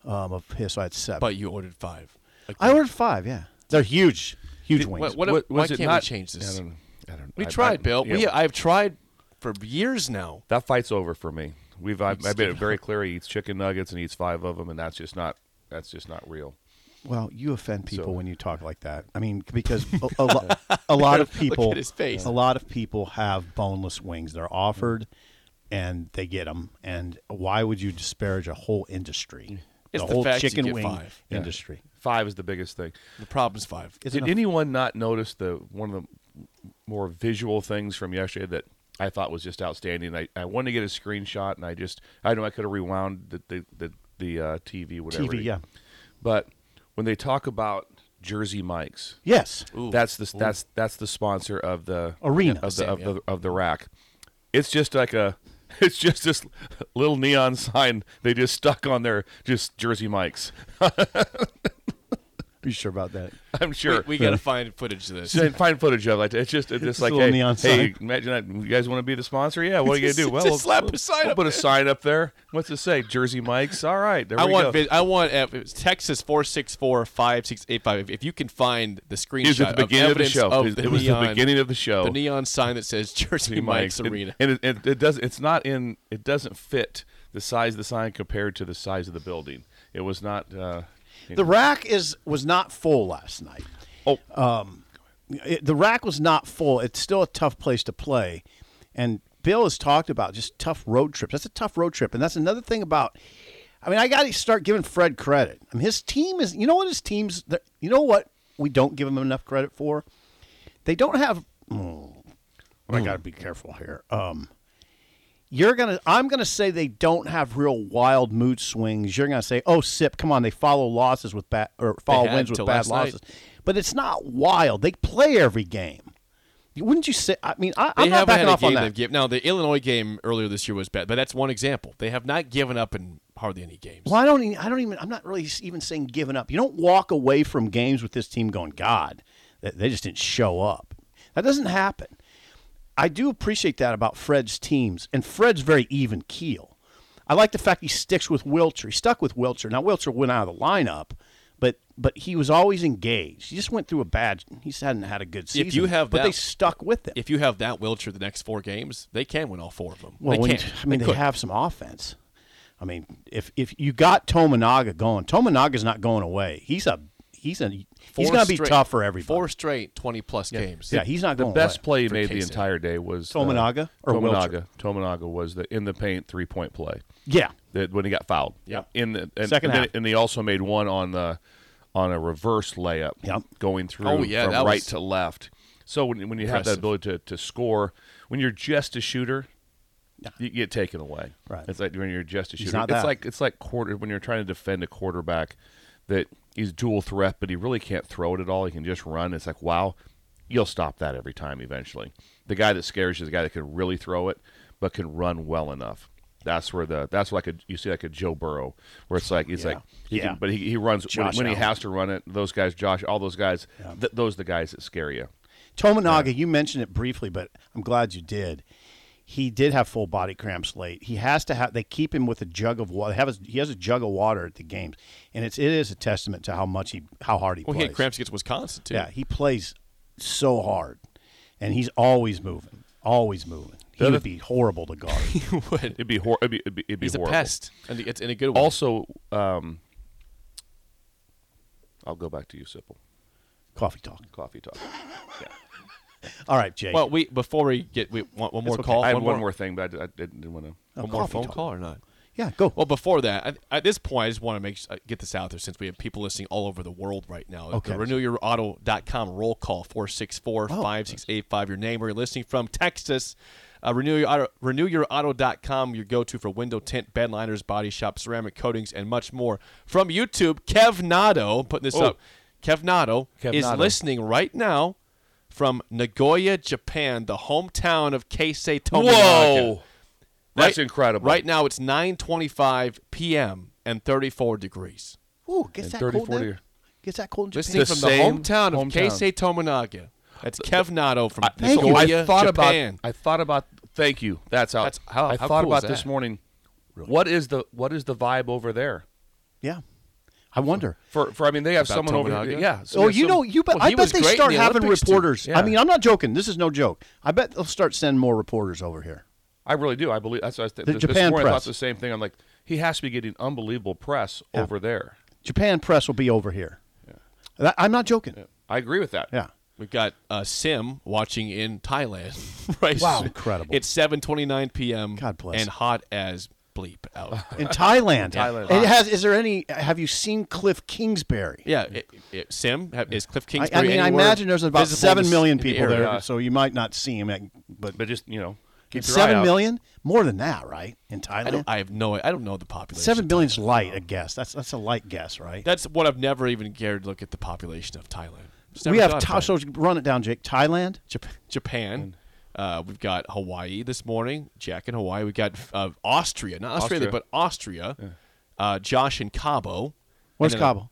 Speaker 3: um, of his. So I had seven.
Speaker 1: that. But you ordered five. Like,
Speaker 3: I ordered five. Yeah, they're huge, huge
Speaker 1: Did-
Speaker 3: wings.
Speaker 1: what- what- why
Speaker 2: was it
Speaker 1: can't
Speaker 2: not-
Speaker 1: we change this?
Speaker 2: I don't, I don't,
Speaker 1: we
Speaker 2: I-
Speaker 1: tried,
Speaker 2: I-
Speaker 1: Bill.
Speaker 2: yeah.
Speaker 1: We I've tried for years now.
Speaker 2: that fight's over for me. We've I've, I've made
Speaker 1: get
Speaker 2: it very clear. He eats chicken nuggets and eats five of them, and that's just not that's just not real.
Speaker 3: well, you offend people
Speaker 2: So-
Speaker 3: when you talk like that. I mean, because a, a, lo- a lot of people,
Speaker 1: at his face.
Speaker 3: a lot of people have boneless wings. They're offered, and they get them. And why would you disparage a whole industry?
Speaker 1: It's the
Speaker 3: whole
Speaker 1: fact you
Speaker 3: chicken
Speaker 1: get
Speaker 3: wing
Speaker 1: five.
Speaker 2: Yeah.
Speaker 3: industry.
Speaker 2: Five is the biggest thing.
Speaker 1: The problem's five.
Speaker 3: It's
Speaker 2: Did
Speaker 3: enough.
Speaker 2: anyone not notice the one of the more visual things from yesterday that I thought was just outstanding? I, I wanted to get a screenshot, and I just I know I could have rewound the the the, the uh, TV whatever.
Speaker 3: TV, yeah.
Speaker 2: But when they talk about Jersey Mike's.
Speaker 3: Yes.
Speaker 2: That's the that's that's the sponsor of the
Speaker 3: Arena.
Speaker 2: of the of, the of the rack. It's just like a it's just this little neon sign they just stuck on their just Jersey Mike's.
Speaker 3: Are you sure about that?
Speaker 2: I'm sure.
Speaker 1: We gotta find footage of this.
Speaker 2: Just find footage of it. It's just it's just
Speaker 3: a
Speaker 2: like
Speaker 3: little
Speaker 2: hey,
Speaker 3: neon
Speaker 2: hey
Speaker 3: sign.
Speaker 2: imagine that. You guys want to be the sponsor? Yeah. What are you gonna do?
Speaker 1: Just-
Speaker 2: Well,
Speaker 1: just
Speaker 2: we'll-
Speaker 1: slap a
Speaker 2: we'll-
Speaker 1: sign
Speaker 2: we'll
Speaker 1: up
Speaker 2: put a
Speaker 1: there.
Speaker 2: sign up there. What's it say? Jersey Mike's. All right. There
Speaker 1: I
Speaker 2: we go.
Speaker 1: want, vid- I want, uh, it's Texas four six four five six eight five. If- If you can find the screenshot
Speaker 2: It was at the beginning
Speaker 1: of
Speaker 2: of, the
Speaker 1: evidence
Speaker 2: show.
Speaker 1: of
Speaker 2: it
Speaker 1: the
Speaker 2: was
Speaker 1: neon,
Speaker 2: the beginning of the show.
Speaker 1: the neon sign that says Jersey
Speaker 2: Jersey
Speaker 1: Mike's
Speaker 2: Mike's.
Speaker 1: Arena.
Speaker 2: and, and it, it does. It's not in. It doesn't fit the size of the sign compared to the size of the building. It was not. Uh, you
Speaker 3: The
Speaker 2: know,
Speaker 3: rack is was not full last night. Um,
Speaker 2: oh,
Speaker 3: It, the rack was not full. It's still a tough place to play, and Bill has talked about just tough road trips. That's a tough road trip, and that's another thing about. I mean, I got to start giving Fred credit. I mean, his team is. You know what his team's. they're- You know what we don't give him enough credit for. They don't have. oh,
Speaker 1: Hmm.
Speaker 3: I got to be careful here. Um, you're gonna. I'm gonna say they don't have real wild mood swings. You're gonna say, "Oh, sip, come on." They follow losses with bad or follow
Speaker 1: had
Speaker 3: wins with
Speaker 1: till
Speaker 3: bad
Speaker 1: last night.
Speaker 3: losses, but it's not wild. They play every game. Wouldn't you say? I mean, I,
Speaker 1: They
Speaker 3: I'm not
Speaker 1: haven't
Speaker 3: backing
Speaker 1: had a
Speaker 3: off
Speaker 1: game
Speaker 3: on
Speaker 1: they've
Speaker 3: that.
Speaker 1: given. Now the Illinois game earlier this year was bad, but that's one example. They have not given up in hardly any games.
Speaker 3: Well, I don't. Even, I don't even. I'm not really even saying giving up. You don't walk away from games with this team going, God, they- they just didn't show up. That doesn't happen. I do appreciate that about Fred's teams, and Fred's very even keel. I like the fact he sticks with Wilcher. He stuck with Wilcher. Now Wilcher went out of the lineup, but but he was always engaged. He just went through a bad. He just hadn't had a good season.
Speaker 1: If you have
Speaker 3: but
Speaker 1: that-
Speaker 3: they stuck with him.
Speaker 1: if you have that Wilcher the next four games, they can win all four of them.
Speaker 3: Well,
Speaker 1: they
Speaker 3: when,
Speaker 1: can.
Speaker 3: I mean, they,
Speaker 1: could.
Speaker 3: have some offense. I mean, if if you got Tomanaga going, Tomanaga's not going away. He's a he's a he's
Speaker 1: Four
Speaker 3: going to be
Speaker 1: straight-
Speaker 3: tough for everybody.
Speaker 1: Four straight twenty plus games.
Speaker 3: yeah, he's not
Speaker 2: the
Speaker 3: going
Speaker 2: best
Speaker 3: away.
Speaker 2: play he
Speaker 1: For
Speaker 2: made the
Speaker 1: Casey.
Speaker 2: entire day was uh,
Speaker 3: Tominaga or
Speaker 2: Tominaga. Tominaga was the in the paint three point play
Speaker 3: Yeah,
Speaker 2: that when he got fouled.
Speaker 1: Yeah.
Speaker 2: In the and,
Speaker 3: Second
Speaker 2: and,
Speaker 3: half.
Speaker 2: Then, and he also made one on the on a reverse layup.
Speaker 3: Yep.
Speaker 2: Going through
Speaker 1: Oh, yeah,
Speaker 2: from
Speaker 1: that
Speaker 2: right
Speaker 1: was-
Speaker 2: to left. So when when you have that
Speaker 1: Impressive.
Speaker 2: ability to, to score, when you're just a shooter, you get taken away.
Speaker 3: Right.
Speaker 2: It's like when you're just a shooter.
Speaker 3: not
Speaker 2: it's
Speaker 3: that.
Speaker 2: like it's like quarter when you're trying to defend a quarterback that he's dual threat, but he really can't throw it at all. He can just run. It's like wow, you'll stop that every time eventually. The guy that scares you is the guy that can really throw it, but can run well enough. That's where the that's like a you see like a Joe Burrow where it's like he's like he
Speaker 3: Yeah.
Speaker 2: can, but he, he runs when,
Speaker 3: Josh
Speaker 2: when he
Speaker 3: Allen.
Speaker 2: has to run it. Those guys, Josh, all those guys, th- those the guys that scare you.
Speaker 3: Tominaga. You mentioned it briefly, but I'm glad you did. He did have full body cramps late. He has to have. They keep him with a jug of water. They Have a, he has a jug of water at the games, and it's it is a testament to how much he how hard he
Speaker 1: Well, he
Speaker 3: plays.
Speaker 1: had cramps against Wisconsin too.
Speaker 3: Yeah, he plays so hard, and he's always moving, always moving. He
Speaker 2: other-
Speaker 3: would be horrible to guard.
Speaker 1: he would.
Speaker 2: It'd be hor- it'd be, it'd be, it'd be
Speaker 1: He's a
Speaker 2: horrible.
Speaker 1: pest, and it's in a good way.
Speaker 2: Also, um, I'll go back to you, Sipple.
Speaker 3: Coffee talk.
Speaker 2: Coffee talk. Yeah.
Speaker 3: All right, Jake.
Speaker 1: well, we before we get we want one more
Speaker 3: okay.
Speaker 1: call.
Speaker 2: I had one, more thing, but I, did- I didn't want to.
Speaker 3: Oh,
Speaker 1: one more
Speaker 3: coffee
Speaker 1: phone
Speaker 3: talk.
Speaker 1: call or not?
Speaker 3: yeah, go.
Speaker 1: Well, before that, I, at this point, I just want to make uh, get this out there since we have people listening all over the world right now.
Speaker 3: Okay.
Speaker 1: The renewyouauto.com roll call 464-5685. Your name where you're listening from Texas. Uh, renew your auto, renewyouauto.com your go-to for window tint, bed liners, body shop, ceramic coatings, and much more. From YouTube, Kev Nado putting this
Speaker 2: Oh.
Speaker 1: up. Kev Nado
Speaker 2: Kev
Speaker 1: is
Speaker 2: Nado.
Speaker 1: listening right now from Nagoya, Japan, the hometown of Keisei Tominaga.
Speaker 2: that's
Speaker 1: Right-
Speaker 2: incredible.
Speaker 1: Right now it's 9:25 p.m. and 34 degrees.
Speaker 3: Ooh, gets
Speaker 2: and
Speaker 3: that
Speaker 2: 30,
Speaker 3: cold. in-
Speaker 2: 40.
Speaker 3: Gets that cold in Japan.
Speaker 1: Listening
Speaker 2: The
Speaker 1: from the
Speaker 2: same
Speaker 1: hometown of
Speaker 2: hometown.
Speaker 1: Keisei Tominaga. That's Kev Nado from
Speaker 2: I, so
Speaker 1: Nagoya,
Speaker 2: I thought
Speaker 1: Japan.
Speaker 2: about. I thought about. Thank you. That's how.
Speaker 1: That's- how-
Speaker 2: I
Speaker 1: how
Speaker 2: thought
Speaker 1: cool
Speaker 2: about
Speaker 1: is
Speaker 2: this
Speaker 1: that?
Speaker 2: morning. What is the What is the vibe over there?
Speaker 3: Yeah, I wonder.
Speaker 2: For For I mean, they have
Speaker 1: About
Speaker 2: someone over
Speaker 1: Tominaga?
Speaker 2: there. Yeah.
Speaker 3: Oh, you
Speaker 2: some-
Speaker 3: know, you bet.
Speaker 1: well,
Speaker 3: I
Speaker 1: he
Speaker 3: bet
Speaker 1: was
Speaker 3: they
Speaker 1: great in
Speaker 3: start
Speaker 1: the
Speaker 3: having
Speaker 1: Olympics, too.
Speaker 3: reporters.
Speaker 2: Yeah.
Speaker 3: I mean, I'm not joking. This is no joke. I bet they'll start sending more reporters over here.
Speaker 2: I really do. I believe that's what I was th-
Speaker 3: The
Speaker 2: this
Speaker 3: Japan
Speaker 2: morning I thought
Speaker 3: press.
Speaker 2: the same thing. I'm like, he has to be getting unbelievable press over there.
Speaker 3: Japan press will be over here. That- I'm not joking. Yeah.
Speaker 2: I agree with that.
Speaker 1: We've got uh, Sim watching in Thailand. right?
Speaker 3: Wow, incredible.
Speaker 1: It's 7:29 p.m.
Speaker 3: God bless.
Speaker 1: And hot as bleep out.
Speaker 3: In Thailand.
Speaker 2: Thailand.
Speaker 3: It has, is there any? Have you seen Cliff Kingsbury?
Speaker 1: yeah, it, it, Sim ha- is Cliff
Speaker 3: I,
Speaker 1: Kingsbury.
Speaker 3: I mean, I
Speaker 1: anywhere
Speaker 3: imagine there's about
Speaker 1: visible in
Speaker 3: seven
Speaker 1: this-
Speaker 3: million
Speaker 1: in the
Speaker 3: people
Speaker 1: area?
Speaker 3: there, so you might not see him. at- But
Speaker 2: But just you know, Keep your eye
Speaker 3: Seven
Speaker 2: out.
Speaker 3: million? More than that, right? In Thailand?
Speaker 1: I don't. I have no. I don't know the population.
Speaker 3: Seven million's light, a guess. That's that's a light guess, right?
Speaker 1: That's what I've never even cared to look at the population of Thailand. Just
Speaker 3: we
Speaker 1: never
Speaker 3: have
Speaker 1: thought
Speaker 3: Tha-
Speaker 1: about it.
Speaker 3: so run it down, Jake. Thailand,
Speaker 1: Jap- Japan. Uh, we've got Hawaii this morning. Jack in Hawaii. We've got uh, Austria, not Australia,
Speaker 2: Austria.
Speaker 1: but Austria. Uh, Josh in Cabo.
Speaker 3: Where's
Speaker 1: And then-
Speaker 3: Cabo?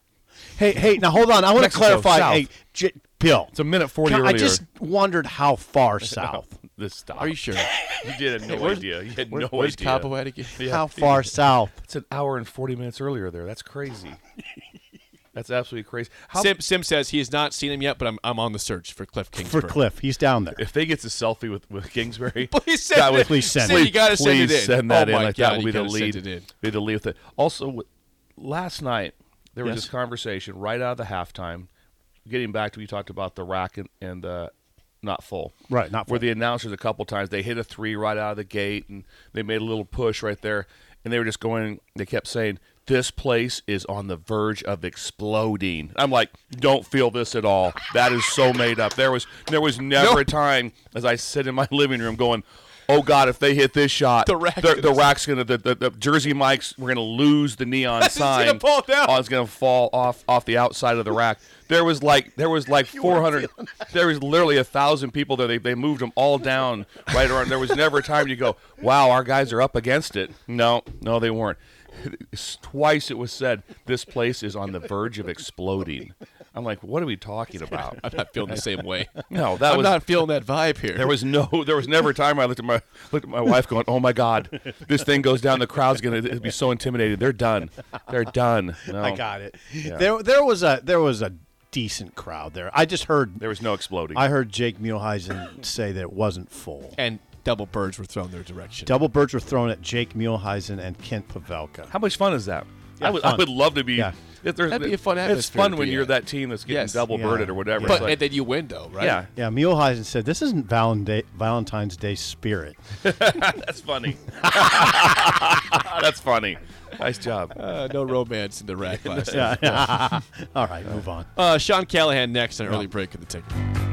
Speaker 3: Hey, hey, now hold on. I want to
Speaker 2: Mexico,
Speaker 3: clarify.
Speaker 2: south.
Speaker 3: Hey, J- Bill.
Speaker 2: It's a minute 40
Speaker 3: I
Speaker 2: earlier. Oh.
Speaker 3: just wondered how far south.
Speaker 2: This stop.
Speaker 1: Are you sure?
Speaker 2: You did have no idea. You had
Speaker 1: Where-
Speaker 2: no
Speaker 1: where's
Speaker 2: idea.
Speaker 1: Cabo at again?
Speaker 2: Yeah.
Speaker 3: How far south?
Speaker 2: It's an hour and 40 minutes earlier there. That's crazy. That's absolutely crazy. How,
Speaker 1: Sim, Sim says he has not seen him yet, but I'm, I'm on the search for Cliff Kingsbury.
Speaker 3: For Cliff, he's down there.
Speaker 2: if they gets a selfie with, with Kingsbury,
Speaker 1: Please send
Speaker 2: that
Speaker 1: it.
Speaker 2: would-
Speaker 3: Please send
Speaker 1: Sim,
Speaker 3: it.
Speaker 1: you gotta send it
Speaker 2: please
Speaker 1: in.
Speaker 2: send that
Speaker 1: oh
Speaker 2: in.
Speaker 1: My
Speaker 2: like
Speaker 1: God, you
Speaker 2: that will be the
Speaker 1: gotta send
Speaker 2: lead.
Speaker 1: it in.
Speaker 2: Be the lead with it. Also, with, last night there was
Speaker 3: Yes.
Speaker 2: this conversation right out of the halftime. Getting back to we talked about the rack and, and uh, not full.
Speaker 3: Right, not
Speaker 2: Where
Speaker 3: full.
Speaker 2: the announcers a couple times they hit a three right out of the gate and they made a little push right there and they were just going. They kept saying. This place is on the verge of exploding. I'm like, don't feel this at all. That is so made up. There was there was never a time as I sit in my living room going, "Oh God, if they hit this shot,
Speaker 1: The rack
Speaker 2: the, the
Speaker 1: is-
Speaker 2: rack's gonna the, the, the jersey mics we're gonna lose the neon
Speaker 1: It's gonna
Speaker 2: sign
Speaker 1: fall down.
Speaker 2: Oh, it's gonna fall off off the outside of the rack there was like there was like 400 there was literally a thousand people there they, they moved them all down right around there was never a time you go wow our guys are up against it no no they weren't twice it was said this place is on the verge of exploding i'm like what are we talking about
Speaker 1: I'm not feeling the same way.
Speaker 2: no that
Speaker 1: I'm
Speaker 2: was
Speaker 1: not feeling that vibe here.
Speaker 2: there was no, there was never a time I looked at my looked at my wife going, "Oh my God, this thing goes down. The crowd's gonna it'd be so intimidated. They're done. They're done." No,
Speaker 3: I got it. There, there was a there was a decent crowd there. I just heard
Speaker 2: There was no exploding.
Speaker 3: I heard Jake Muehlheisen say that it wasn't full.
Speaker 1: and double birds were thrown their direction.
Speaker 3: Double birds were thrown at Jake Muehlheisen and Kent Pavelka.
Speaker 2: How much fun is that?
Speaker 3: Yeah,
Speaker 2: I, would, I
Speaker 3: fun.
Speaker 2: would love to be.
Speaker 3: Yeah.
Speaker 2: If there's,
Speaker 1: That'd be a fun
Speaker 2: It's
Speaker 1: atmosphere
Speaker 2: fun
Speaker 1: to
Speaker 2: when
Speaker 1: be
Speaker 2: you're
Speaker 1: at.
Speaker 2: that team that's getting
Speaker 1: Yes.
Speaker 2: double
Speaker 3: Yeah.
Speaker 2: birded or whatever.
Speaker 3: Yeah.
Speaker 2: It's
Speaker 1: But
Speaker 2: like-
Speaker 1: and then you win though, right?
Speaker 2: yeah,
Speaker 3: Yeah, Muehlheisen said this isn't Valentine, Valentine's Day spirit.
Speaker 2: that's funny. that's funny. Nice job.
Speaker 1: Uh, no romance in the rack last night.
Speaker 3: All right, move on.
Speaker 1: Uh, Sean Callahan next on early break of the ticket.